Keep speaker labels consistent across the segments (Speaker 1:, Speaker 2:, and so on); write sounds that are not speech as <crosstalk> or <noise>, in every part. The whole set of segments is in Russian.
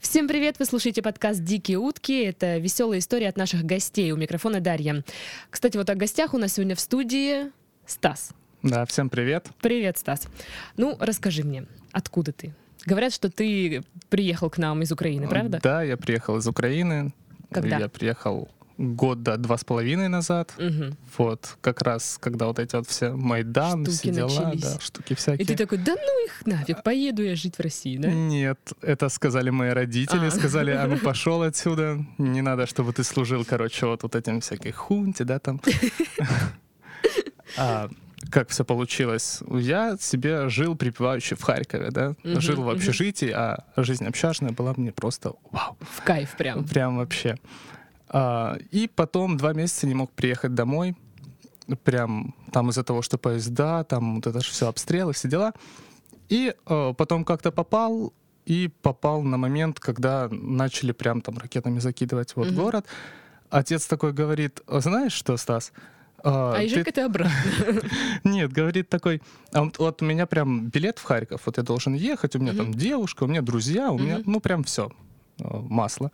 Speaker 1: Всем привет! Вы слушаете подкаст «Дикие утки». Это веселая история от наших гостей. У микрофона Дарья. Кстати, вот о гостях у нас сегодня в студии Стас.
Speaker 2: Да, всем привет.
Speaker 1: Привет, Стас. Ну, расскажи мне, откуда ты? Говорят, что ты приехал к нам из Украины, правда?
Speaker 2: Да, я приехал из Украины.
Speaker 1: Когда?
Speaker 2: Я приехал года два с половиной назад.
Speaker 1: Мгм.
Speaker 2: Вот, как раз, когда вот эти вот все Майдан, все
Speaker 1: Штуки
Speaker 2: дела,
Speaker 1: начались.
Speaker 2: да, штуки всякие.
Speaker 1: И ты такой, да ну их нафиг, поеду я жить в России, да?
Speaker 2: Нет, это сказали мои родители,
Speaker 1: А. <laughs>
Speaker 2: сказали, а ну пошел отсюда, не надо, чтобы ты служил, короче, вот, вот этим всякой хунте,
Speaker 1: <laughs>
Speaker 2: да, там. А как все получилось? Я себе жил припеваючи в Харькове, да,
Speaker 1: Мгм,
Speaker 2: жил в
Speaker 1: мгм.
Speaker 2: общежитии, а жизнь общажная была мне просто вау.
Speaker 1: В кайф прям.
Speaker 2: Прям вообще. А, и потом два месяца не мог приехать домой. Прям там из-за того, что поезда, там вот это же все обстрелы, все дела. И э, потом как-то попал, и попал на момент, когда начали прям там ракетами закидывать вот
Speaker 1: Мгм.
Speaker 2: город. Отец такой говорит, знаешь что, Стас? а,
Speaker 1: А
Speaker 2: ты
Speaker 1: езжай-ка ты
Speaker 2: <laughs>
Speaker 1: обратно.
Speaker 2: нет, говорит такой, а вот, вот у меня прям билет в Харьков, вот я должен ехать, у меня там
Speaker 1: Мгм.
Speaker 2: девушка, у меня друзья, у меня,
Speaker 1: Мгм.
Speaker 2: ну прям все,
Speaker 1: <laughs>
Speaker 2: масло.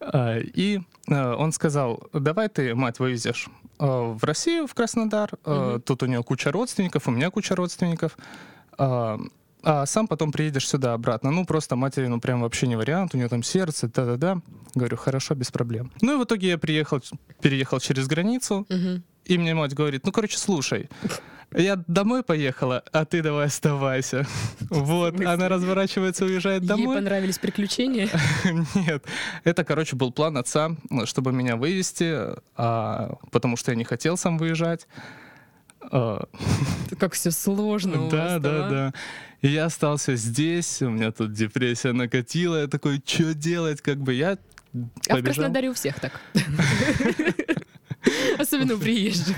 Speaker 2: А, И э, он сказал, давай ты, мать, вывезешь э, в Россию, в Краснодар, э,
Speaker 1: Мгм.
Speaker 2: тут у нее куча родственников, у меня куча родственников, а а сам потом приедешь сюда обратно. Ну, просто матери, ну, прям вообще не вариант, у нее там сердце, да-да-да. Говорю, хорошо, без проблем. Ну, и в итоге я приехал, переехал через границу,
Speaker 1: Мгм.
Speaker 2: и мне мать говорит, ну, короче, слушай, я домой поехала, а ты
Speaker 1: <laughs>
Speaker 2: давай оставайся. Вот,
Speaker 1: смысле?
Speaker 2: она разворачивается, уезжает
Speaker 1: Ей
Speaker 2: домой.
Speaker 1: понравились приключения.
Speaker 2: <laughs> Нет, это, короче, был план отца, чтобы меня вывести, а, потому что я не хотел сам выезжать. А,
Speaker 1: Как все сложно у
Speaker 2: да,
Speaker 1: вас
Speaker 2: да,
Speaker 1: там, а?
Speaker 2: да. И я остался здесь, у меня тут депрессия накатила, я такой, что делать, как бы я
Speaker 1: А в
Speaker 2: побежал.
Speaker 1: Краснодаре у всех
Speaker 2: <laughs>
Speaker 1: так. Особенно у приезжих.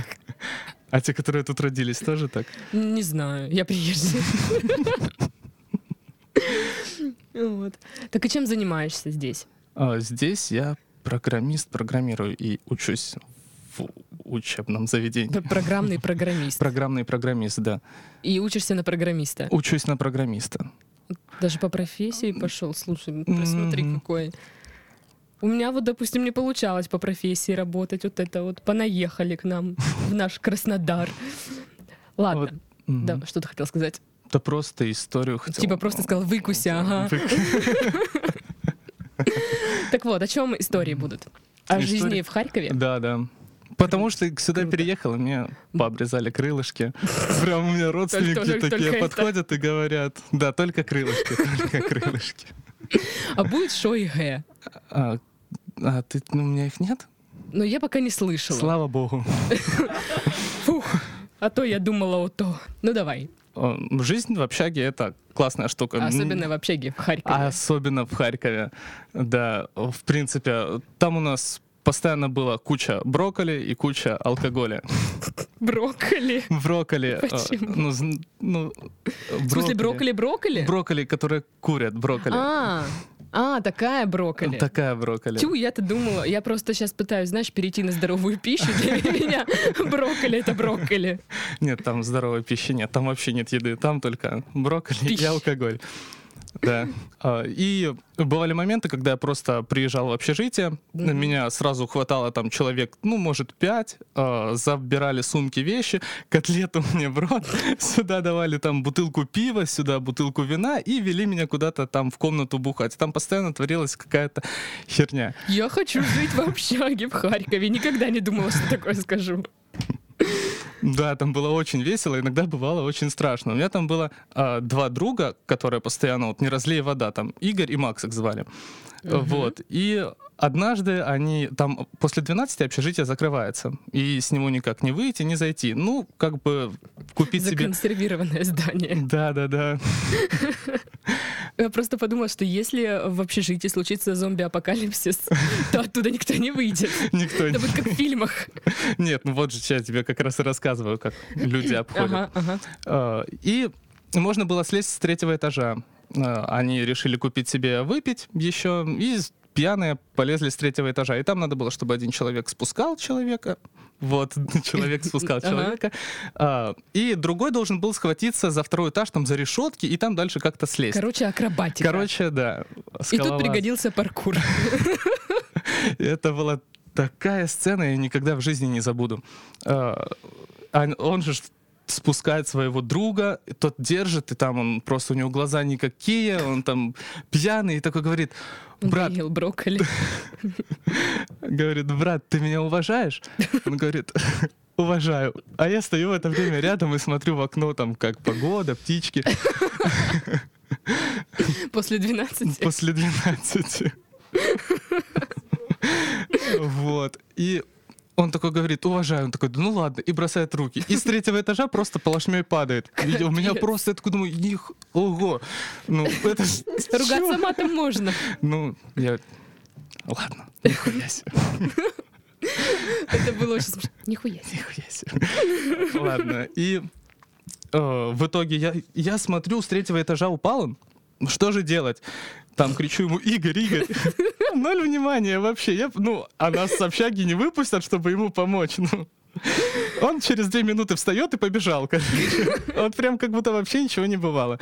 Speaker 2: А те, которые тут родились, тоже так?
Speaker 1: Не знаю, я приезжий. Вот. Так и чем занимаешься здесь?
Speaker 2: А, Здесь я программист, программирую и учусь в учебном заведении.
Speaker 1: П- Программный программист.
Speaker 2: Программный программист, да.
Speaker 1: И учишься на программиста.
Speaker 2: Учусь на программиста.
Speaker 1: Даже по профессии пошел. Слушай, ну посмотри,
Speaker 2: Мгм.
Speaker 1: какой. У меня вот, допустим, не получалось по профессии работать. Вот это вот понаехали к нам в наш Краснодар.
Speaker 2: Вот,
Speaker 1: Ладно,
Speaker 2: Мгм.
Speaker 1: да, что ты хотел сказать?
Speaker 2: Да просто историю хотел.
Speaker 1: Типа просто сказал, выкуси, ага. <laughs>
Speaker 2: Вы-
Speaker 1: Так вот, о чем истории будут? О
Speaker 2: Истории?
Speaker 1: жизни в Харькове?
Speaker 2: Да, да. Потому что сюда
Speaker 1: Круто.
Speaker 2: переехал, и мне пообрезали крылышки. Прям у меня родственники
Speaker 1: только- только
Speaker 2: такие
Speaker 1: это.
Speaker 2: подходят и говорят, да, только крылышки, <laughs> только крылышки.
Speaker 1: А будет шо и гэ?
Speaker 2: А а ты, ну, у меня их нет?
Speaker 1: Но я пока не слышала.
Speaker 2: Слава богу.
Speaker 1: А то я думала, о то. Ну давай. А
Speaker 2: Э, Жизнь в общаге — это классная штука. М,
Speaker 1: Особенно в общаге в Харькове.
Speaker 2: А Особенно в Харькове. Да, в принципе, там у нас постоянно была куча брокколи и куча алкоголя. <laughs>
Speaker 1: Брокколи.
Speaker 2: Брокколи, э,
Speaker 1: Почему?
Speaker 2: ну, зн- ну,
Speaker 1: В смысле, брокколи, брокколи?
Speaker 2: Брокколи, которые курят, брокколи.
Speaker 1: А, а, такая брокколи.
Speaker 2: Такая брокколи.
Speaker 1: Тю, я-то думала, я просто сейчас пытаюсь, знаешь, перейти на здоровую пищу. Для меня брокколи — это брокколи.
Speaker 2: Нет, там здоровой пищи нет, там вообще нет еды, там только брокколи и
Speaker 1: Пища.
Speaker 2: алкоголь. Да. А, И бывали моменты, когда я просто приезжал в общежитие, на
Speaker 1: Мгм.
Speaker 2: меня сразу хватало там человек, ну, может, пять, а, забирали сумки, вещи, котлету <laughs> мне в рот, сюда давали там бутылку пива, сюда бутылку вина и вели меня куда-то там в комнату бухать. Там постоянно творилась какая-то херня.
Speaker 1: Я хочу жить в общаге в Харькове. Никогда не думала, что такое скажу.
Speaker 2: Да, там было очень весело, иногда бывало очень страшно. У меня там было а, два друга, которые постоянно, вот не разлей вода, там Игорь и Макс их звали.
Speaker 1: Мгм.
Speaker 2: Вот, и однажды они, там после 12 общежитие закрывается, и с него никак не выйти, не зайти. Ну, как бы купить себе...
Speaker 1: Законсервированное здание.
Speaker 2: Да-да-да.
Speaker 1: Я просто подумала, что если в общежитии случится зомби-апокалипсис, то оттуда никто не выйдет.
Speaker 2: <laughs> Никто
Speaker 1: Это
Speaker 2: не...
Speaker 1: будет как в фильмах.
Speaker 2: <laughs> Нет, ну вот же я тебе как раз и рассказываю, как
Speaker 1: <laughs>
Speaker 2: люди обходят.
Speaker 1: Ага, ага.
Speaker 2: Э, И можно было слезть с третьего этажа. Э, Они решили купить себе выпить еще и с- пьяные полезли с третьего этажа. И там надо было, чтобы один человек спускал человека. Вот, <laughs> человек спускал
Speaker 1: Ага.
Speaker 2: человека. А, И другой должен был схватиться за второй этаж, там, за решетки, и там дальше как-то слезть.
Speaker 1: Короче, акробатика.
Speaker 2: Короче, да.
Speaker 1: И тут
Speaker 2: скалолаз.
Speaker 1: пригодился
Speaker 2: <laughs>
Speaker 1: паркур.
Speaker 2: Это была такая сцена, я никогда в жизни не забуду. А, а Он же спускает своего друга, и тот держит, и там он просто, у него глаза никакие, он там пьяный, и такой говорит, брат,
Speaker 1: Ел брокколи. <laughs>
Speaker 2: говорит, брат, ты меня уважаешь? Он говорит, уважаю. А я стою в это время рядом и смотрю в окно, там, как погода, птички,
Speaker 1: После 12.
Speaker 2: после 12. Вот. И он такой говорит, уважаю. Он такой, ну ладно, и бросает руки. И с третьего этажа просто полошмей падает. И у меня
Speaker 1: Капец.
Speaker 2: просто, я такой думаю, них, ого. Ну, это ж-
Speaker 1: Ругаться
Speaker 2: чё?
Speaker 1: матом
Speaker 2: <laughs>
Speaker 1: можно.
Speaker 2: Ну, я... Ладно, нихуя себе.
Speaker 1: Это было очень смешно. Нихуя себе.
Speaker 2: Нихуя себе. <laughs> Ладно, и э, в итоге я, я смотрю, с третьего этажа упал он. Что же делать? Там кричу ему, Игорь, Игорь. <laughs> Ноль внимания вообще. Я, ну, а нас с общаги не выпустят, чтобы ему помочь. Ну. Он через две минуты встает и побежал, короче. Вот прям как будто вообще ничего не бывало.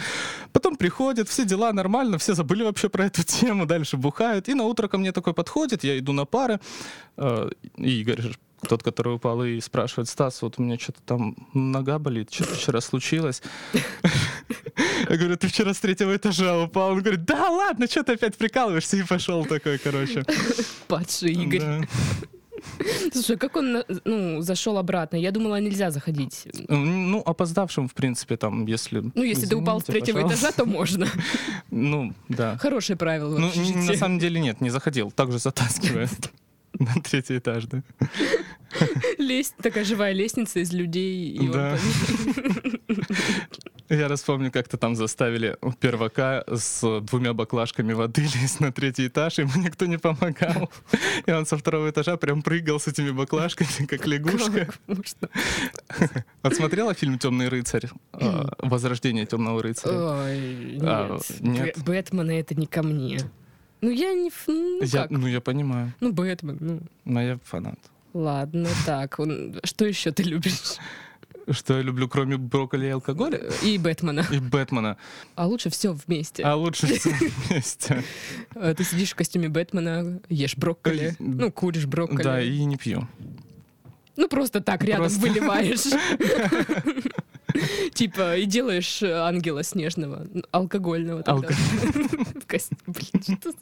Speaker 2: Потом приходит, все дела нормально, все забыли вообще про эту тему, дальше бухают. И на утро ко мне такой подходит, я иду на пары. э, и Игорь, же, тот, который упал, и спрашивает, Стас, вот у меня что-то там нога болит, что-то вчера случилось. Я говорю, ты вчера с третьего этажа упал. Он говорит, да ладно, что ты опять прикалываешься? И пошел такой, короче.
Speaker 1: Падший Игорь.
Speaker 2: Да.
Speaker 1: Слушай, а как он на- ну, зашел обратно? Я думала, нельзя заходить.
Speaker 2: М, Ну, опоздавшим, в принципе, там, если...
Speaker 1: Ну, если ты упал с
Speaker 2: «Извините,
Speaker 1: третьего
Speaker 2: пожалуйста».
Speaker 1: этажа, то можно.
Speaker 2: Ну, <laughs> да.
Speaker 1: Хорошее правило.
Speaker 2: Ну,
Speaker 1: в
Speaker 2: н- на
Speaker 1: общежитии. <laughs>
Speaker 2: самом деле нет, не заходил. Также затаскивает <laughs> на третий этаж, да.
Speaker 1: Лест- Такая живая лестница из людей. и он
Speaker 2: Да.
Speaker 1: по-
Speaker 2: Я распомню, как-то там заставили первака с двумя баклажками воды <laughs> лезть на третий этаж, ему никто не помогал. И он со второго этажа прям прыгал с этими баклажками, как лягушка.
Speaker 1: <laughs> Как можно?
Speaker 2: Отсмотрела фильм «Темный рыцарь»? А, Возрождение темного
Speaker 1: Э,
Speaker 2: рыцаря.
Speaker 1: Ой,
Speaker 2: А,
Speaker 1: нет.
Speaker 2: нет.
Speaker 1: Б- Бэтмена это не ко мне. Ну, я не... ф- Ну,
Speaker 2: Я-
Speaker 1: как?
Speaker 2: Ну, я понимаю,
Speaker 1: Ну, Бэтмен, ну...
Speaker 2: но я фанат.
Speaker 1: Ладно, так. он- Что еще ты любишь?
Speaker 2: Что я люблю, кроме брокколи и алкоголя?
Speaker 1: И Бэтмена.
Speaker 2: И Бэтмена.
Speaker 1: А лучше все вместе.
Speaker 2: А лучше всё <laughs> вместе.
Speaker 1: Э, Ты сидишь в костюме Бэтмена, ешь брокколи,
Speaker 2: Э,
Speaker 1: ну, куришь брокколи.
Speaker 2: Да, и не пью.
Speaker 1: Ну, просто так рядом
Speaker 2: Просто.
Speaker 1: выливаешь.
Speaker 2: <laughs>
Speaker 1: Типа, и делаешь э, ангела снежного, н- алкогольного. тогда. <laughs> В костюме. Блин, что за-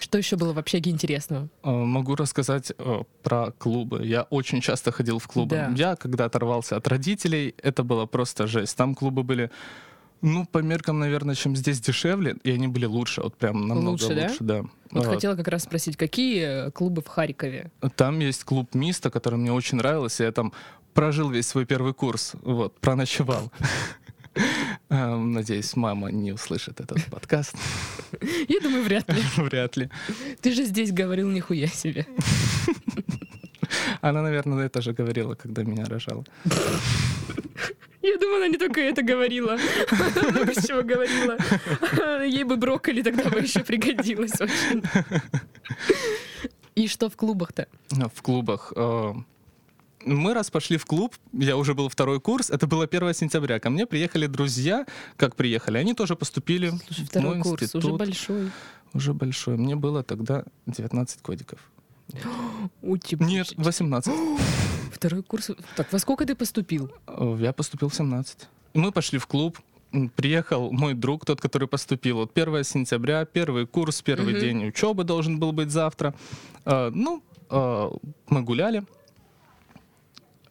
Speaker 1: Что еще было в общаге интересного?
Speaker 2: Э, Могу рассказать э, про клубы. Я очень часто ходил в клубы.
Speaker 1: Да.
Speaker 2: Я, когда оторвался от родителей, это было просто жесть. Там клубы были, ну, по меркам, наверное, чем здесь дешевле, и они были лучше, вот прям намного
Speaker 1: Лучше,
Speaker 2: лучше,
Speaker 1: да?
Speaker 2: да.
Speaker 1: Вот
Speaker 2: Э,
Speaker 1: хотела как раз спросить, какие э, клубы в Харькове?
Speaker 2: Там есть клуб Миста, который мне очень нравился. Я там прожил весь свой первый курс, вот, проночевал. <laughs> Эм, Надеюсь, мама не услышит этот подкаст. <laughs>
Speaker 1: Я думаю, вряд ли.
Speaker 2: Вряд ли.
Speaker 1: Ты же здесь говорил нихуя себе.
Speaker 2: Она, наверное, это же говорила, когда меня рожала.
Speaker 1: Я думаю, она не только это говорила. <laughs> Она много чего говорила. <laughs> Ей бы брокколи тогда бы еще пригодилось очень. И что в клубах-то?
Speaker 2: А, В клубах. э, Мы раз пошли в клуб, я уже был второй курс, это было 1 сентября. Ко мне приехали друзья, как приехали, они тоже поступили
Speaker 1: Слушай,
Speaker 2: в
Speaker 1: второй
Speaker 2: мой
Speaker 1: курс, уже
Speaker 2: Ну, институт.
Speaker 1: большой.
Speaker 2: Уже большой. Мне было тогда 19 годиков.
Speaker 1: У тебя
Speaker 2: Нет, 18.
Speaker 1: второй курс. Так, во сколько ты поступил?
Speaker 2: Э, Я поступил в 17. Мы пошли в клуб, м, приехал мой друг, тот, который поступил. Вот 1 сентября, первый курс, первый
Speaker 1: Мгм.
Speaker 2: день учебы должен был быть завтра. Э, ну, э, мы гуляли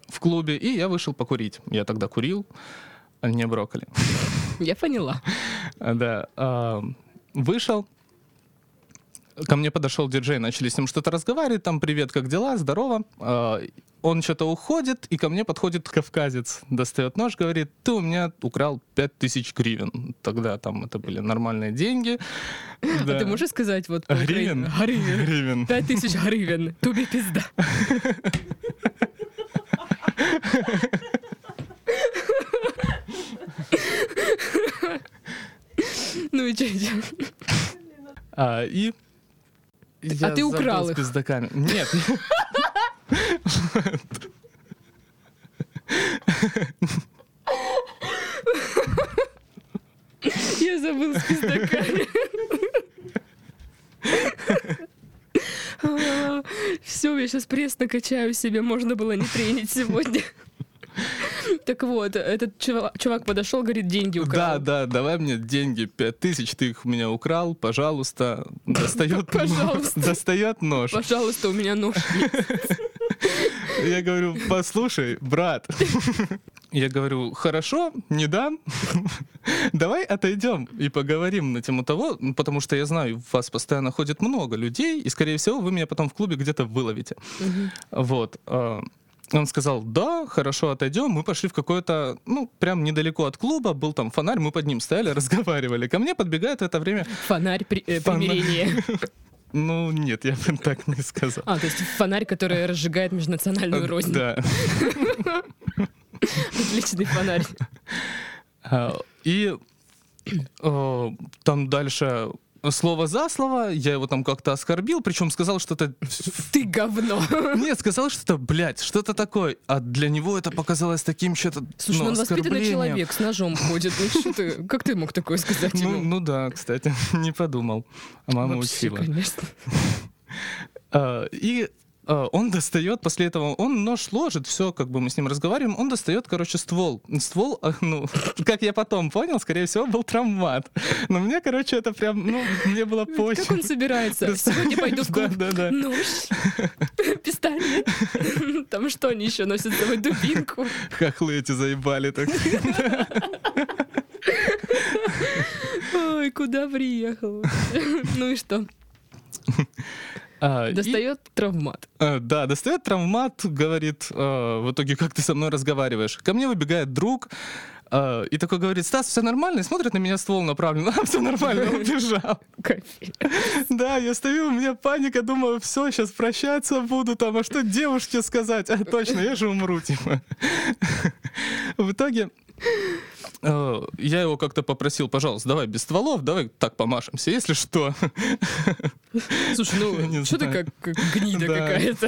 Speaker 2: в клубе, и я вышел покурить. Я тогда курил, а не брокколи.
Speaker 1: Я поняла.
Speaker 2: А, Да. а, Вышел. Ко мне подошел диджей, начали с ним что-то разговаривать, там привет, как дела, здорово. А, Он что-то уходит, и ко мне подходит кавказец, достает нож, говорит, ты у меня украл 5000 гривен. Тогда там это были нормальные деньги.
Speaker 1: А ты можешь сказать вот...
Speaker 2: Гривен?
Speaker 1: по-украински? Гривен.
Speaker 2: Гривен.
Speaker 1: Пять тысяч гривен. Туби
Speaker 2: <laughs>
Speaker 1: пизда. Ну и че?
Speaker 2: А, и Я
Speaker 1: а ты украл
Speaker 2: забыл
Speaker 1: их.
Speaker 2: с пиздаками. Нет.
Speaker 1: Я забыл с пиздаками. Все, я сейчас пресс накачаю себе, можно было не тренить сегодня. Так вот, этот чува- чувак подошел, говорит, деньги
Speaker 2: Да,
Speaker 1: <laughs> украл.
Speaker 2: да, давай мне деньги, пять тысяч ты их у меня украл, пожалуйста. Достает,
Speaker 1: <laughs>
Speaker 2: нож-
Speaker 1: Пожалуйста.
Speaker 2: <laughs> достает нож.
Speaker 1: Пожалуйста, у меня нож.
Speaker 2: Я говорю, послушай, брат. Я говорю, хорошо, не дам. Давай отойдем и поговорим на тему того, ну, потому что я знаю, вас постоянно ходит много людей, и, скорее всего, вы меня потом в клубе где-то выловите. Вот. а, Он сказал, да, хорошо, отойдем. Мы пошли в какое-то, ну, прям недалеко от клуба, был там фонарь, мы под ним стояли, <laughs> разговаривали. Ко мне подбегает в это время...
Speaker 1: Фонарь при- э,
Speaker 2: Фонарь.
Speaker 1: примирения.
Speaker 2: Ну, нет, я бы так не сказал.
Speaker 1: А, то есть фонарь, который разжигает межнациональную рознь.
Speaker 2: Э, Да.
Speaker 1: Отличный фонарь.
Speaker 2: А, И э, там дальше слово за слово, я его там как-то оскорбил, причем сказал что-то...
Speaker 1: Ты говно.
Speaker 2: Нет, сказал что-то, блядь, что-то такое. А для него это показалось таким что-то...
Speaker 1: Слушай,
Speaker 2: ну,
Speaker 1: ну он воспитанный
Speaker 2: оскорблением.
Speaker 1: человек, а с ножом ходит. Ну что ты, как ты мог такое сказать
Speaker 2: Ну,
Speaker 1: ему?
Speaker 2: ну да, кстати, <laughs> не подумал. А мама
Speaker 1: Вообще,
Speaker 2: учила.
Speaker 1: конечно.
Speaker 2: А, И а, он достает после этого, он нож ложит, все, как бы мы с ним разговариваем, он достает, короче, ствол. Ствол, а, ну, <laughs> как я потом понял, скорее всего, был травмат. Но мне, короче, это прям, ну, мне было
Speaker 1: Как он
Speaker 2: пофиг.
Speaker 1: собирается? Сегодня пойду в клуб.
Speaker 2: Да, да, да.
Speaker 1: Нож, <laughs> пистолет. <laughs> Там что они еще носят с собой? Дубинку.
Speaker 2: Хохлы эти заебали так.
Speaker 1: Ой, куда приехал? <laughs> Ну и что?
Speaker 2: А, и-
Speaker 1: Достает травмат.
Speaker 2: Э, Да, достает травмат, говорит, э, в итоге, как ты со мной разговариваешь. Ко мне выбегает друг э, и такой говорит, Стас, все нормально? И смотрит на меня ствол направлен, <laughs> а, все нормально, он убежал.
Speaker 1: Капец.
Speaker 2: Да, я стою, у меня паника, думаю, все, сейчас прощаться буду там, а что девушке сказать? А, точно, я же умру, типа. В итоге э, я его как-то попросил, пожалуйста, давай без стволов, давай так помашемся, если что.
Speaker 1: Слушай, <laughs>
Speaker 2: Не
Speaker 1: ну что ты
Speaker 2: знаю.
Speaker 1: как как гнида
Speaker 2: Да.
Speaker 1: какая-то?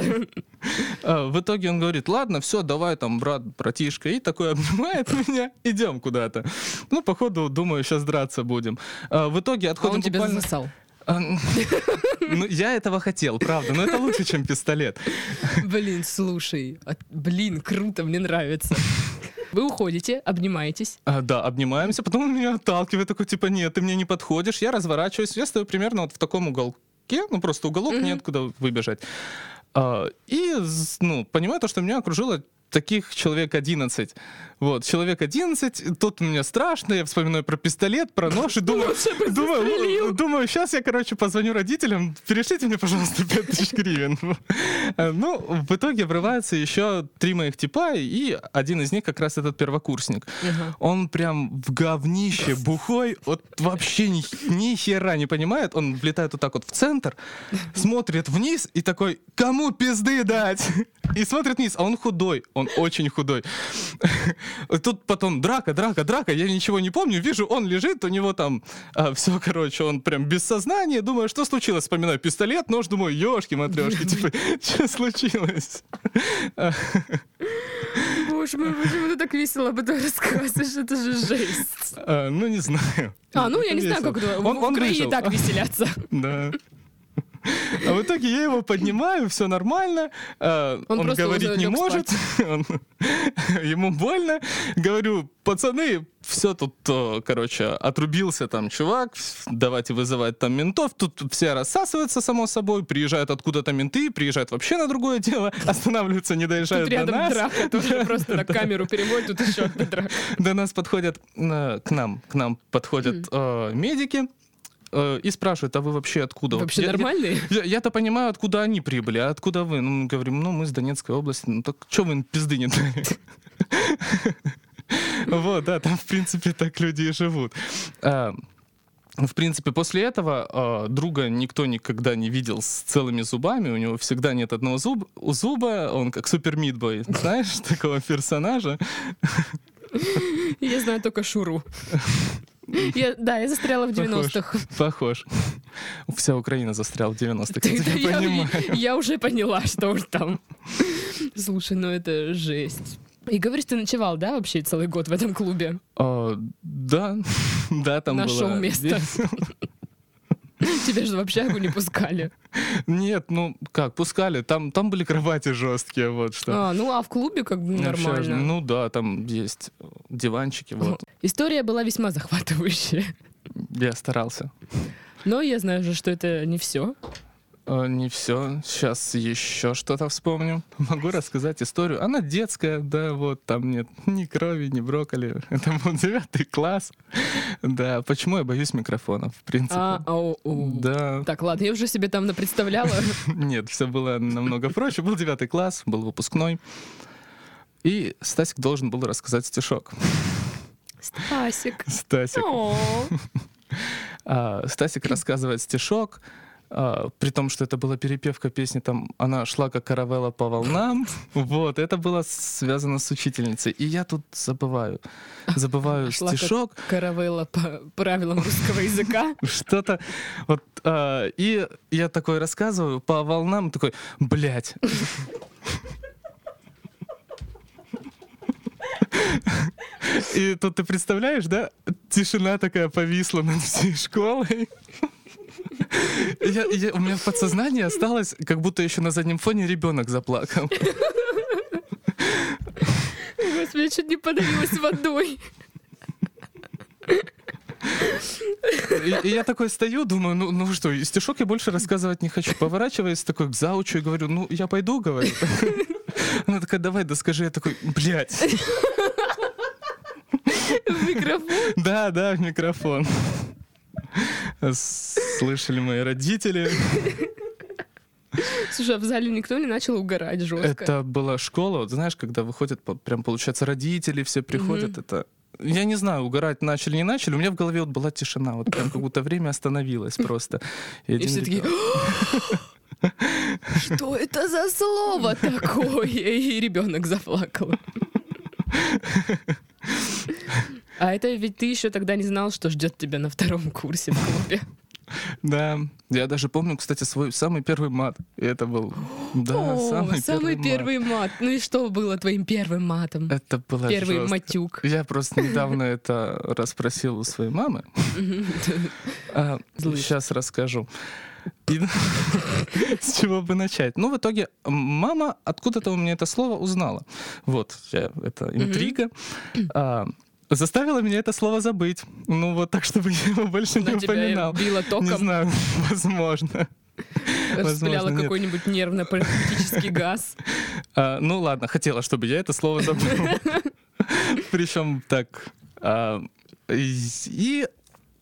Speaker 2: А, Э, В итоге он говорит, ладно, все, давай там, брат, братишка, и такой обнимает <laughs> меня, идем куда-то. Ну, походу, думаю, сейчас драться будем. А, В итоге
Speaker 1: А
Speaker 2: отходим
Speaker 1: он тебя
Speaker 2: буквально...
Speaker 1: засосал.
Speaker 2: А, <laughs> Ну, я этого хотел, правда, но это лучше, чем пистолет.
Speaker 1: Блин, слушай. а- Блин, круто, мне <laughs> нравится. Вы уходите, обнимаетесь.
Speaker 2: А, Да, обнимаемся, потом он меня отталкивает, такой, типа, нет, ты мне не подходишь, я разворачиваюсь, я стою примерно вот в таком уголке, ну, просто уголок,
Speaker 1: Мгм.
Speaker 2: мне откуда выбежать. А, И, з- ну, понимаю то, что меня окружило таких человек 11. Вот, человек 11, тут мне страшно, я вспоминаю про пистолет,
Speaker 1: <laughs>
Speaker 2: про нож и думаю...
Speaker 1: Лучше бы застрелил.
Speaker 2: Думаю, думаю, сейчас я, короче, позвоню родителям, перешлите мне, пожалуйста, 5000 гривен. Э, Ну, в итоге врываются еще три моих типа, и один из них как раз этот первокурсник.
Speaker 1: Ага.
Speaker 2: Он прям в говнище бухой, вот вообще ни, ни хера не понимает. Он влетает вот так вот в центр, смотрит вниз и такой, кому пизды дать? И смотрит вниз, а он худой, он очень худой. Тут потом драка, драка, драка, я ничего не помню, вижу, он лежит, у него там все, короче, он прям без сознания, думаю, что случилось, вспоминаю пистолет, нож, думаю, ешки матрешки, типа, <laughs> что случилось?
Speaker 1: Боже мой, почему ты так весело об этом рассказываешь? Это же жесть.
Speaker 2: А, Ну, не знаю.
Speaker 1: А, ну я не знаю, как это.
Speaker 2: Весело.
Speaker 1: В
Speaker 2: Он- он
Speaker 1: Украине
Speaker 2: выжил.
Speaker 1: так
Speaker 2: <laughs>
Speaker 1: веселятся.
Speaker 2: Да. А в итоге я его поднимаю, все нормально. э,
Speaker 1: Он
Speaker 2: Он,
Speaker 1: просто
Speaker 2: говорить
Speaker 1: уже
Speaker 2: не
Speaker 1: лёг
Speaker 2: может. он- Ему больно. Говорю, пацаны, все тут, э, короче, отрубился там чувак. Давайте вызывать там ментов. Тут все рассасываются, само собой. Приезжают откуда-то менты, приезжают вообще на
Speaker 1: <laughs>
Speaker 2: другое дело. Останавливаются, не
Speaker 1: Тут
Speaker 2: доезжают до
Speaker 1: рядом
Speaker 2: нас.
Speaker 1: драка, тоже просто на камеру переводят, тут еще одна драка.
Speaker 2: До нас подходят, э, к нам, к нам подходят э, медики э, и спрашивают, а вы вообще откуда? Вот
Speaker 1: Вообще
Speaker 2: я- я-
Speaker 1: нормальные?
Speaker 2: я- Я-то понимаю, откуда они прибыли, а откуда вы? Ну, мы говорим, ну, мы с Донецкой области. Ну, так что вы им пизды не дали? <laughs> Вот, да, там, в принципе, так люди и живут. А, В принципе, после этого а, друга никто никогда не видел с целыми зубами. У него всегда нет одного зуб- у зуба. Он как супер мидбой, знаешь, <laughs> такого персонажа. <laughs>
Speaker 1: Я знаю только Шуру. Я- да, я застряла в
Speaker 2: Похож. <laughs>
Speaker 1: 90-х.
Speaker 2: Похож. Вся Украина застряла в 90-х, я
Speaker 1: Да <laughs>
Speaker 2: тебя
Speaker 1: я-
Speaker 2: понимаю.
Speaker 1: Я уже поняла, что уж там. <laughs> Слушай, ну это жесть. И говоришь, ты ночевал, да, вообще целый год в этом клубе?
Speaker 2: А, Да, <laughs> да, там было...
Speaker 1: Нашел место. <laughs> Тебя же в общагу не пускали.
Speaker 2: Нет, ну как, пускали, там, там были кровати жесткие, вот что.
Speaker 1: А, ну а в клубе как бы
Speaker 2: Вообще,
Speaker 1: нормально.
Speaker 2: Ну да, там есть
Speaker 1: <laughs>
Speaker 2: диванчики, вот.
Speaker 1: История была весьма захватывающая.
Speaker 2: Я старался.
Speaker 1: Но я знаю же, что это не все.
Speaker 2: А, Не все. Сейчас еще что-то вспомню. Могу рассказать историю. Она детская, да, вот там нет ни крови, ни брокколи. <laughs> Это был девятый класс. Да, почему я боюсь микрофонов, в принципе.
Speaker 1: А, ау, у.
Speaker 2: Да, <laughs>
Speaker 1: Так, ладно, я уже себе там напредставляла.
Speaker 2: нет, все было намного проще. Был девятый класс, был выпускной. И Стасик должен был рассказать стишок.
Speaker 1: <laughs>
Speaker 2: <laughs>
Speaker 1: Стасик.
Speaker 2: Стасик.
Speaker 1: О.
Speaker 2: А, Стасик рассказывает стишок, а, при том, что это была перепевка песни, там она шла как каравелла по волнам. <laughs> Вот, это было связано с учительницей. И я тут забываю, забываю
Speaker 1: Шла как-
Speaker 2: стишок,
Speaker 1: Каравелла по правилам русского языка.
Speaker 2: что-то. Вот, а, и я такой рассказываю по волнам, такой, блядь. И тут ты представляешь, да? Тишина такая повисла над всей школой. Я- я- у меня в подсознании осталось, как будто еще на заднем фоне ребенок заплакал.
Speaker 1: Господи, я чуть не подавилась водой.
Speaker 2: И, и я такой стою, думаю, ну, ну что, и стишок я больше рассказывать не хочу. Поворачиваюсь такой к заучу и говорю, ну, я пойду, говорю. <laughs> Она такая, давай, да скажи. Я такой, блядь. <laughs>
Speaker 1: В <laughs> микрофон.
Speaker 2: Да, да, в микрофон. Слышали мои родители.
Speaker 1: Слушай, а в зале никто не начал угорать жестко.
Speaker 2: Это была школа, вот знаешь, когда выходят, по- прям получается, родители все приходят,
Speaker 1: Мгм.
Speaker 2: это... Я не знаю, угорать начали, не начали. У меня в голове вот была тишина, вот прям как будто время остановилось просто.
Speaker 1: И все такие... Что это за слово такое? И ребенок заплакал. А это ведь ты еще тогда не знал, что ждет тебя на втором курсе в клубе.
Speaker 2: Да, я даже помню, кстати, свой самый первый мат. И это был, да,
Speaker 1: О,
Speaker 2: самый,
Speaker 1: самый
Speaker 2: первый,
Speaker 1: первый мат. Ну и что было твоим первым матом?
Speaker 2: мат. Это было
Speaker 1: Первый
Speaker 2: жестко.
Speaker 1: матюк.
Speaker 2: Я просто недавно это расспросил у своей мамы.
Speaker 1: Злые.
Speaker 2: Сейчас расскажу. И- С чего бы начать? Ну, в итоге м, мама откуда-то у меня это слово узнала. Вот, я- это интрига. А, Заставила меня это слово забыть. Ну, вот так, чтобы я его больше не
Speaker 1: На тебя
Speaker 2: упоминал.
Speaker 1: било
Speaker 2: Не
Speaker 1: током,
Speaker 2: знаю, <laughs> возможно.
Speaker 1: распыляла
Speaker 2: возможно, нет.
Speaker 1: какой-нибудь нервно-паралитический
Speaker 2: <laughs>
Speaker 1: газ.
Speaker 2: А, ну ладно, хотела, чтобы я это слово забыл. Причем так. а, и- И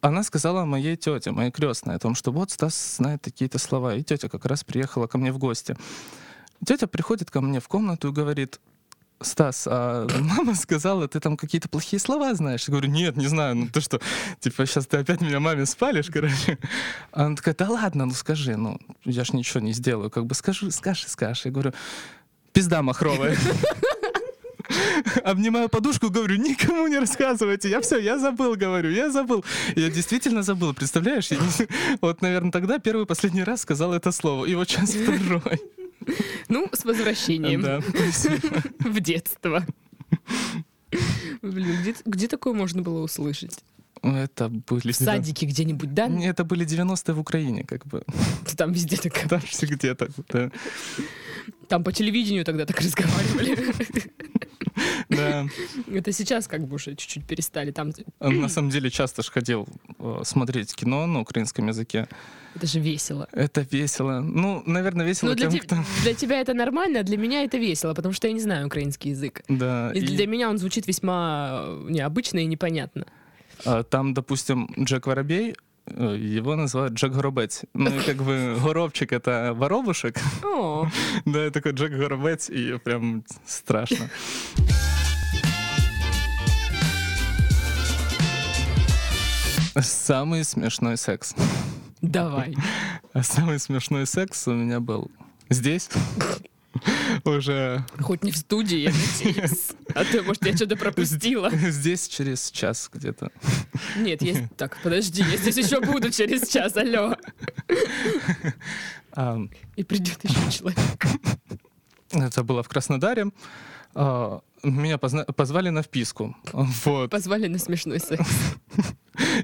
Speaker 2: она сказала моей тете, моей крестной, о том, что вот Стас знает такие-то слова. И тетя как раз приехала ко мне в гости. Тетя приходит ко мне в комнату и говорит, Стас, а <laughs> мама сказала, ты там какие-то плохие слова знаешь. Я говорю, нет, не знаю, ну ты что, типа сейчас ты опять меня маме спалишь, короче. А Она такая, да ладно, ну скажи, ну я ж ничего не сделаю, как бы скажи, скажи, скажи. Я говорю, пизда махровая. Обнимаю подушку, говорю, никому не рассказывайте. Я все, я забыл, говорю, я забыл. Я действительно забыл, представляешь? Я не- <laughs> Вот, наверное, тогда первый и последний раз сказал это слово. И вот сейчас второй.
Speaker 1: <laughs> Ну, с возвращением
Speaker 2: Да, спасибо.
Speaker 1: <laughs> в детство. Блин, где, где такое можно было услышать?
Speaker 2: Ну, Это были...
Speaker 1: В садике где-нибудь, да?
Speaker 2: девя- Это были 90-е в Украине, как бы. <laughs>
Speaker 1: Там везде так.
Speaker 2: Там все где-то. да.
Speaker 1: Там по телевидению тогда так разговаривали. <laughs>
Speaker 2: Да.
Speaker 1: Это сейчас как бы уже чуть-чуть перестали. Там
Speaker 2: На самом деле часто же ходил э, смотреть кино на украинском языке.
Speaker 1: это же весело.
Speaker 2: Это весело. Ну, наверное, весело
Speaker 1: Ну, для,
Speaker 2: тем,
Speaker 1: те-
Speaker 2: кто...
Speaker 1: для тебя это нормально, а для меня это весело, потому что я не знаю украинский язык.
Speaker 2: Да,
Speaker 1: И
Speaker 2: Э, и-
Speaker 1: для меня он звучит весьма э, необычно и непонятно.
Speaker 2: А, Там, допустим, Джек Воробей, э, его называют Джек Горобец. Ну, и как бы Горобчик — это воробушек, <laughs>
Speaker 1: О,
Speaker 2: да, и такой Джек Горобец, и прям страшно. Самый смешной секс.
Speaker 1: давай.
Speaker 2: А Самый смешной секс у меня был здесь. <laughs> Уже
Speaker 1: Хоть не в студии, я надеюсь. А то, может, я что-то пропустила.
Speaker 2: Здесь через час где-то.
Speaker 1: Нет, есть... Так, подожди, я здесь еще буду через час, алло.
Speaker 2: А,
Speaker 1: И придет еще человек.
Speaker 2: Это было в Краснодаре. А, Меня позна- позвали на вписку. Вот.
Speaker 1: Позвали на смешной секс.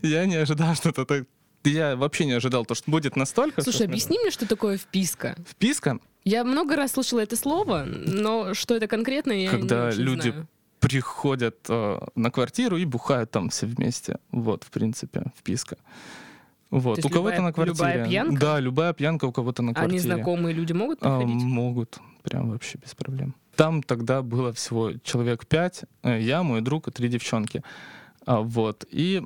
Speaker 2: Я не ожидал, что это так... Я вообще не ожидал, то, что будет настолько... что
Speaker 1: Слушай,
Speaker 2: смешно.
Speaker 1: объясни мне, что такое вписка.
Speaker 2: Вписка,
Speaker 1: Я много раз слышала это слово, но что это конкретно, я
Speaker 2: Когда
Speaker 1: не очень
Speaker 2: люди
Speaker 1: знаю.
Speaker 2: приходят э, на квартиру и бухают там все вместе. Вот, в принципе, вписка. Вот.
Speaker 1: То есть
Speaker 2: у кого-то
Speaker 1: любая-
Speaker 2: на квартире.
Speaker 1: любая пьянка?
Speaker 2: Да, любая пьянка у кого-то на
Speaker 1: А
Speaker 2: квартире.
Speaker 1: незнакомые люди могут
Speaker 2: А,
Speaker 1: приходить?
Speaker 2: могут, прям вообще без проблем. Там тогда было всего человек пять, э, я, мой друг и три девчонки. А, Вот. И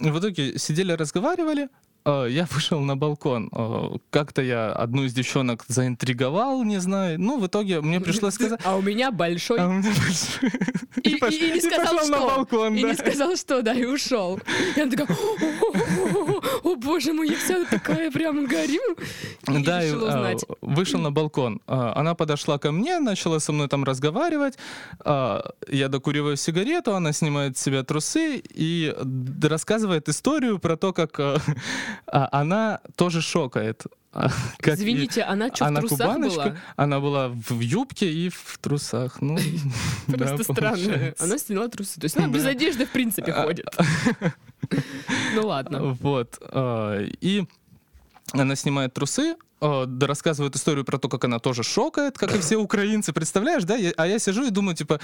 Speaker 2: в итоге сидели, разговаривали. а, Я <laughs> вышел на балкон. А, Как-то я одну из девчонок заинтриговал, не знаю. Ну, в итоге мне пришлось сказать...
Speaker 1: А у меня большой...
Speaker 2: А мне пришлось-
Speaker 1: И,
Speaker 2: и пош-
Speaker 1: и- и не
Speaker 2: <laughs> и
Speaker 1: сказал,
Speaker 2: пошел
Speaker 1: что.
Speaker 2: на балкон,
Speaker 1: и
Speaker 2: да.
Speaker 1: не сказал, что, да, и ушел. И она такая, «О, о, о, о, боже мой, я вся такая прям горю. И
Speaker 2: Да, и,
Speaker 1: решила
Speaker 2: а,
Speaker 1: узнать.
Speaker 2: вышел на балкон. А, Она подошла ко мне, начала со мной там разговаривать. А, Я докуриваю сигарету, она снимает с себя трусы и д- рассказывает историю про то, как а, <laughs> а, она тоже шокает. А, как и-
Speaker 1: Извините, она что, в
Speaker 2: она
Speaker 1: трусах
Speaker 2: кубаночка,
Speaker 1: была?
Speaker 2: она была в юбке и в трусах. Ну, <laughs> да,
Speaker 1: Просто странно.
Speaker 2: получается.
Speaker 1: Она сняла трусы. То есть она
Speaker 2: Да.
Speaker 1: без одежды, в принципе,
Speaker 2: А. <laughs>
Speaker 1: ходит. Ну ладно.
Speaker 2: Вот. а, И она снимает трусы, а, да рассказывает историю про то, как она тоже шокает, как и все украинцы, представляешь, да? Я- А я сижу и думаю, типа,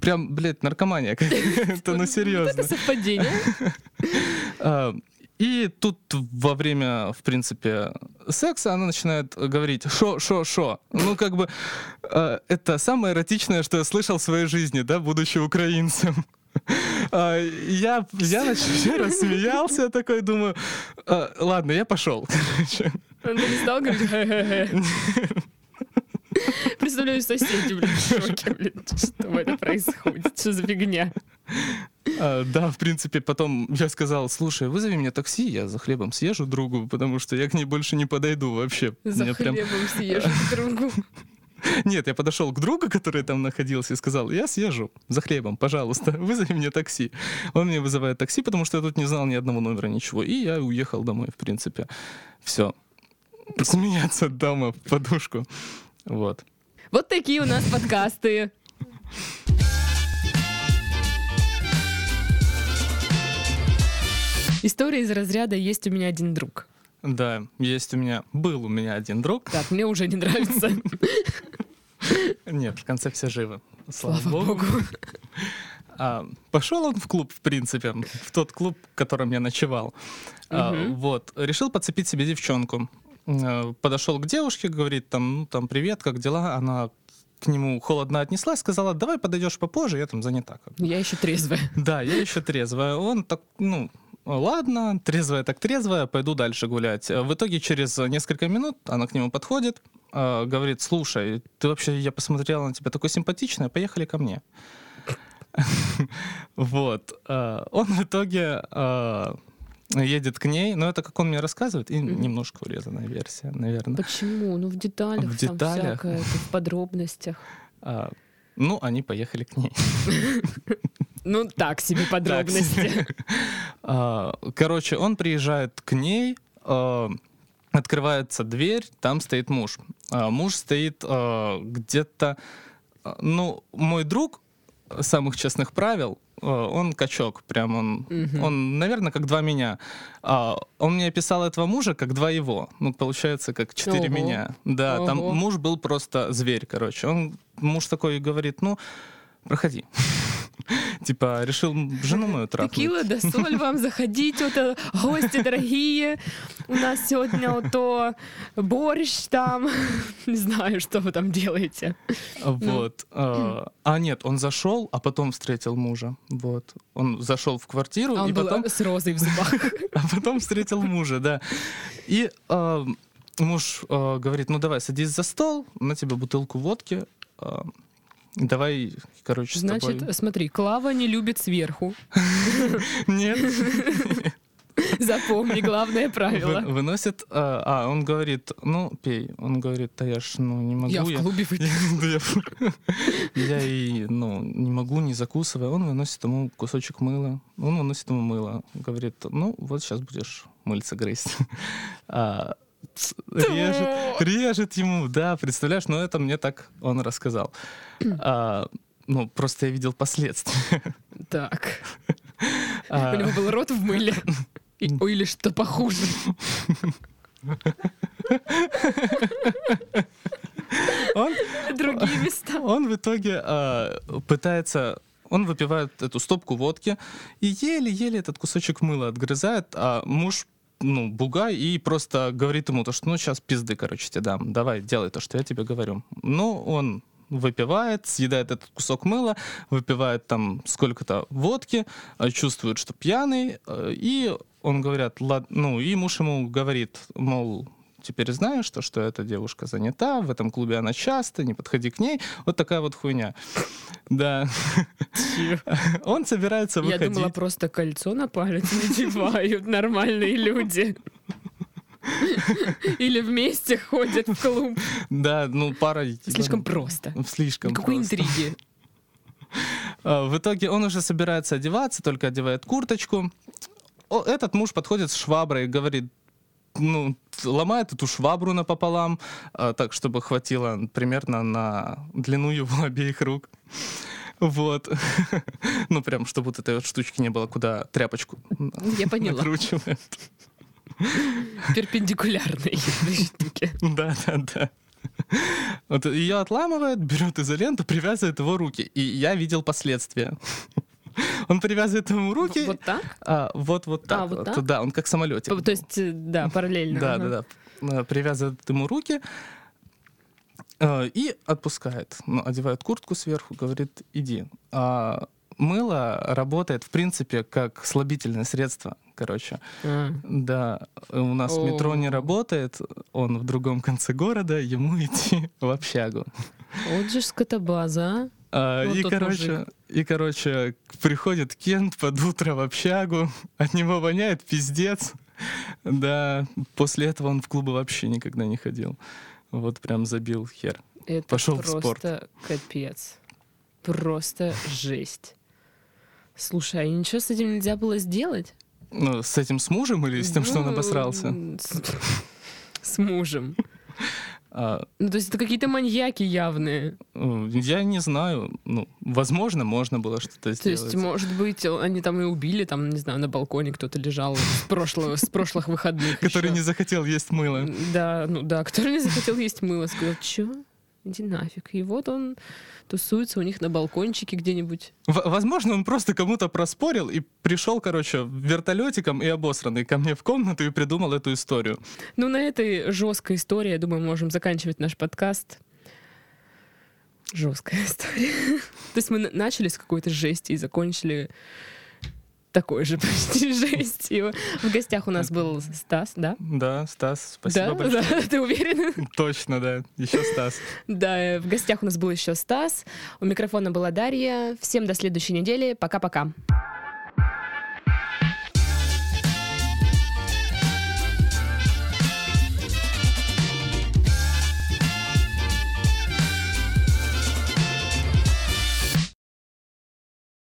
Speaker 2: прям, блядь, наркомания какая-то, ну
Speaker 1: Вот
Speaker 2: серьезно.
Speaker 1: Это совпадение.
Speaker 2: А, И тут во время, в принципе, секса она начинает говорить «шо, шо, шо». Ну, как бы, э, это самое эротичное, что я слышал в своей жизни, да, будучи украинцем. А, Я, я вообще рассмеялся, такой думаю, «А, ладно, я пошел. короче.
Speaker 1: Она не стала говорить «Хе-хе-хе». Представляю соседи, блин, в шоке, блин, что это происходит, что за фигня.
Speaker 2: А, Да, в принципе, потом я сказал, слушай, вызови мне такси, я за хлебом съезжу другу, потому что я к ней больше не подойду вообще.
Speaker 1: За
Speaker 2: Мне прям-
Speaker 1: хлебом съешь другу.
Speaker 2: Нет, я подошел к другу, который там находился, и сказал, я съезжу за хлебом, пожалуйста, <laughs> вызови мне такси. Он мне вызывает такси, потому что я тут не знал ни одного номера, ничего. И я уехал домой, в принципе. Все. <laughs> Смеяться дома в подушку. Вот.
Speaker 1: Вот такие у нас подкасты. История из разряда «Есть у меня один друг».
Speaker 2: Да, есть у меня... Был у меня один друг.
Speaker 1: Так, мне уже не нравится.
Speaker 2: Нет, в конце все живы. <laughs> Слава,
Speaker 1: Слава
Speaker 2: богу.
Speaker 1: богу.
Speaker 2: пошел он в клуб, в принципе, в тот клуб, в котором я ночевал. А,
Speaker 1: Мгм.
Speaker 2: вот, решил подцепить себе девчонку. Э, Подошел к девушке, говорит там, ну, там, привет, как дела? Она к нему холодно отнеслась, сказала, давай подойдешь попозже, я там занята. как бы.
Speaker 1: Я еще трезвая.
Speaker 2: Да, я еще трезвая. Он так, ну, ладно, трезвая так трезвая, пойду дальше гулять. Э, В итоге через несколько минут она к нему подходит, э, говорит, слушай, ты вообще, я посмотрела на тебя такой симпатичная, поехали ко мне. <laughs> Вот. Э, Он в итоге э, едет к ней, но это, как он мне рассказывает, и
Speaker 1: Мгм.
Speaker 2: немножко урезанная версия, наверное.
Speaker 1: Почему? Ну, в деталях
Speaker 2: В
Speaker 1: там
Speaker 2: деталях.
Speaker 1: всякое, это, в подробностях.
Speaker 2: А, Ну, они поехали к ней.
Speaker 1: Ну, так себе подробности.
Speaker 2: <laughs> А, Короче, он приезжает к ней, а, открывается дверь, там стоит муж. А, Муж стоит а, где-то... а, Ну, мой друг самых честных правил, а, он качок, прям он...
Speaker 1: Мгм.
Speaker 2: Он, наверное, как два меня. А, Он мне описал этого мужа как два его. Ну, получается, как четыре
Speaker 1: Ого.
Speaker 2: меня. Да, там
Speaker 1: Ого.
Speaker 2: муж был просто зверь, короче. Он, муж такой говорит, ну, проходи. <laughs> Типа, решил жену мою трахнуть.
Speaker 1: Текила да соль вам, заходите, вот, э, гости дорогие. У нас сегодня вот то борщ там. <laughs> Не знаю, что вы там делаете. Ну.
Speaker 2: Вот. э, А нет, он зашел, а потом встретил мужа. Вот. Он зашел в квартиру
Speaker 1: А
Speaker 2: Ну, и
Speaker 1: он был
Speaker 2: потом,
Speaker 1: э, с
Speaker 2: <laughs>
Speaker 1: розой в зубах.
Speaker 2: а потом встретил мужа, да. И э, муж э, говорит, ну давай, садись за стол, на тебе бутылку водки. э, Давай, короче, с
Speaker 1: <laughs>
Speaker 2: тобой-
Speaker 1: Значит, смотри, Клава не любит сверху.
Speaker 2: Нет.
Speaker 1: <laughs> Запомни главное
Speaker 2: Вы-
Speaker 1: правило.
Speaker 2: Выносит, э, а, он говорит, ну, пей. Он говорит, да я ж, ну, не могу.
Speaker 1: Я в
Speaker 2: я-
Speaker 1: клубе
Speaker 2: Да
Speaker 1: выпью.
Speaker 2: я в- Я и, ну, не могу, не закусывая. Он выносит ему кусочек мыла. Он выносит ему мыло. Говорит, ну, вот сейчас будешь мыльца грызть. А, ц- Режет, режет ему, да, представляешь? Но это мне так он рассказал. А, ну, просто я видел последствия.
Speaker 1: <laughs> Так.
Speaker 2: А,
Speaker 1: У него был рот в мыле. И- Ой, или что
Speaker 2: <laughs>
Speaker 1: похуже.
Speaker 2: А, он
Speaker 1: Другие места.
Speaker 2: Он в итоге э, пытается... Он выпивает эту стопку водки и еле-еле этот кусочек мыла отгрызает, а муж, ну, бугай, и просто говорит ему то, что, ну, сейчас пизды, короче, тебе дам, давай, делай то, что я тебе говорю. Ну, он выпивает, съедает этот кусок мыла, выпивает там сколько-то водки, э, чувствует, что пьяный, э, и он говорят, «Лад- ну, и муж ему говорит, мол, теперь знаешь, что, что эта девушка занята, в этом клубе она часто, не подходи к ней. Вот такая вот хуйня. Да. Он собирается
Speaker 1: Я
Speaker 2: выходить.
Speaker 1: думала, просто кольцо на палец надевают нормальные
Speaker 2: <laughs>
Speaker 1: люди. Или вместе ходят в клуб.
Speaker 2: Да, ну пара... ну,
Speaker 1: Слишком просто.
Speaker 2: Слишком
Speaker 1: Никакой
Speaker 2: просто.
Speaker 1: интриги.
Speaker 2: А, В итоге он уже собирается одеваться, только одевает курточку. О, Этот муж подходит с шваброй и говорит, ну, т- ломает эту швабру напополам, а, так, чтобы хватило примерно на длину его <laughs> обеих рук. Вот. <laughs> Ну, прям, чтобы вот этой вот штучки не было, куда тряпочку н-
Speaker 1: Ну, Я поняла.
Speaker 2: накручивает. <laughs>
Speaker 1: Перпендикулярные <laughs> этой штуке.
Speaker 2: Да, да, да. Вот ее отламывает, берет изоленту, привязывает его руки. И я видел последствия. <laughs> Он привязывает ему руки.
Speaker 1: Вот так?
Speaker 2: А, вот вот так.
Speaker 1: А, вот
Speaker 2: вот,
Speaker 1: так?
Speaker 2: Да, он как самолетик.
Speaker 1: То есть, э, да, параллельно.
Speaker 2: Да,
Speaker 1: ага.
Speaker 2: да, да. Э, Привязывает ему руки э, и отпускает. Ну, одевает куртку сверху, говорит, иди. А мыло работает, в принципе, как слабительное средство, короче.
Speaker 1: А.
Speaker 2: Да, э, у нас метро не
Speaker 1: О.
Speaker 2: работает, он в другом конце города, ему <laughs> идти в общагу.
Speaker 1: Вот же ж скотобаза,
Speaker 2: А,
Speaker 1: Вот
Speaker 2: и,
Speaker 1: Ну, тот
Speaker 2: короче,
Speaker 1: мужик.
Speaker 2: и, короче, к- приходит Кент под утро в общагу, <laughs> от него воняет пиздец. Да, после этого он в клубы вообще никогда не ходил. Вот прям забил хер.
Speaker 1: а? Это
Speaker 2: Пошёл в
Speaker 1: просто
Speaker 2: спорт.
Speaker 1: капец. Просто жесть. Слушай, а ничего с этим нельзя было сделать?
Speaker 2: Ну, с этим с мужем или с тем, что он
Speaker 1: Ну,
Speaker 2: обосрался?
Speaker 1: С, с мужем.
Speaker 2: А,
Speaker 1: Ну, то есть это какие-то маньяки явные.
Speaker 2: э, я не знаю. Ну, возможно, можно было что-то
Speaker 1: То
Speaker 2: сделать.
Speaker 1: есть, может быть, о- они там и убили, там, не знаю, на балконе кто-то лежал с, прошлого, с прошлых выходных.
Speaker 2: Который
Speaker 1: ещё.
Speaker 2: не захотел есть мыло.
Speaker 1: Да, ну да, который не захотел есть мыло, сказал, чё? Иди нафиг. И вот он тусуется у них на балкончике где-нибудь.
Speaker 2: В- возможно, он просто кому-то проспорил и пришел, короче, вертолетиком и обосранный ко мне в комнату и придумал эту историю.
Speaker 1: Ну, на этой жесткой истории, я думаю, можем заканчивать наш подкаст. Жесткая <laughs> история. То есть мы на- начали с какой-то жести и закончили такой же <laughs> почти жестью. В гостях у нас был Стас, да?
Speaker 2: Да, Стас, спасибо
Speaker 1: да?
Speaker 2: большое.
Speaker 1: Да, <laughs> ты уверен?
Speaker 2: Точно, да. Еще Стас.
Speaker 1: Да, э, в гостях у нас был еще Стас. У микрофона была Дарья. Всем до следующей недели. Пока-пока.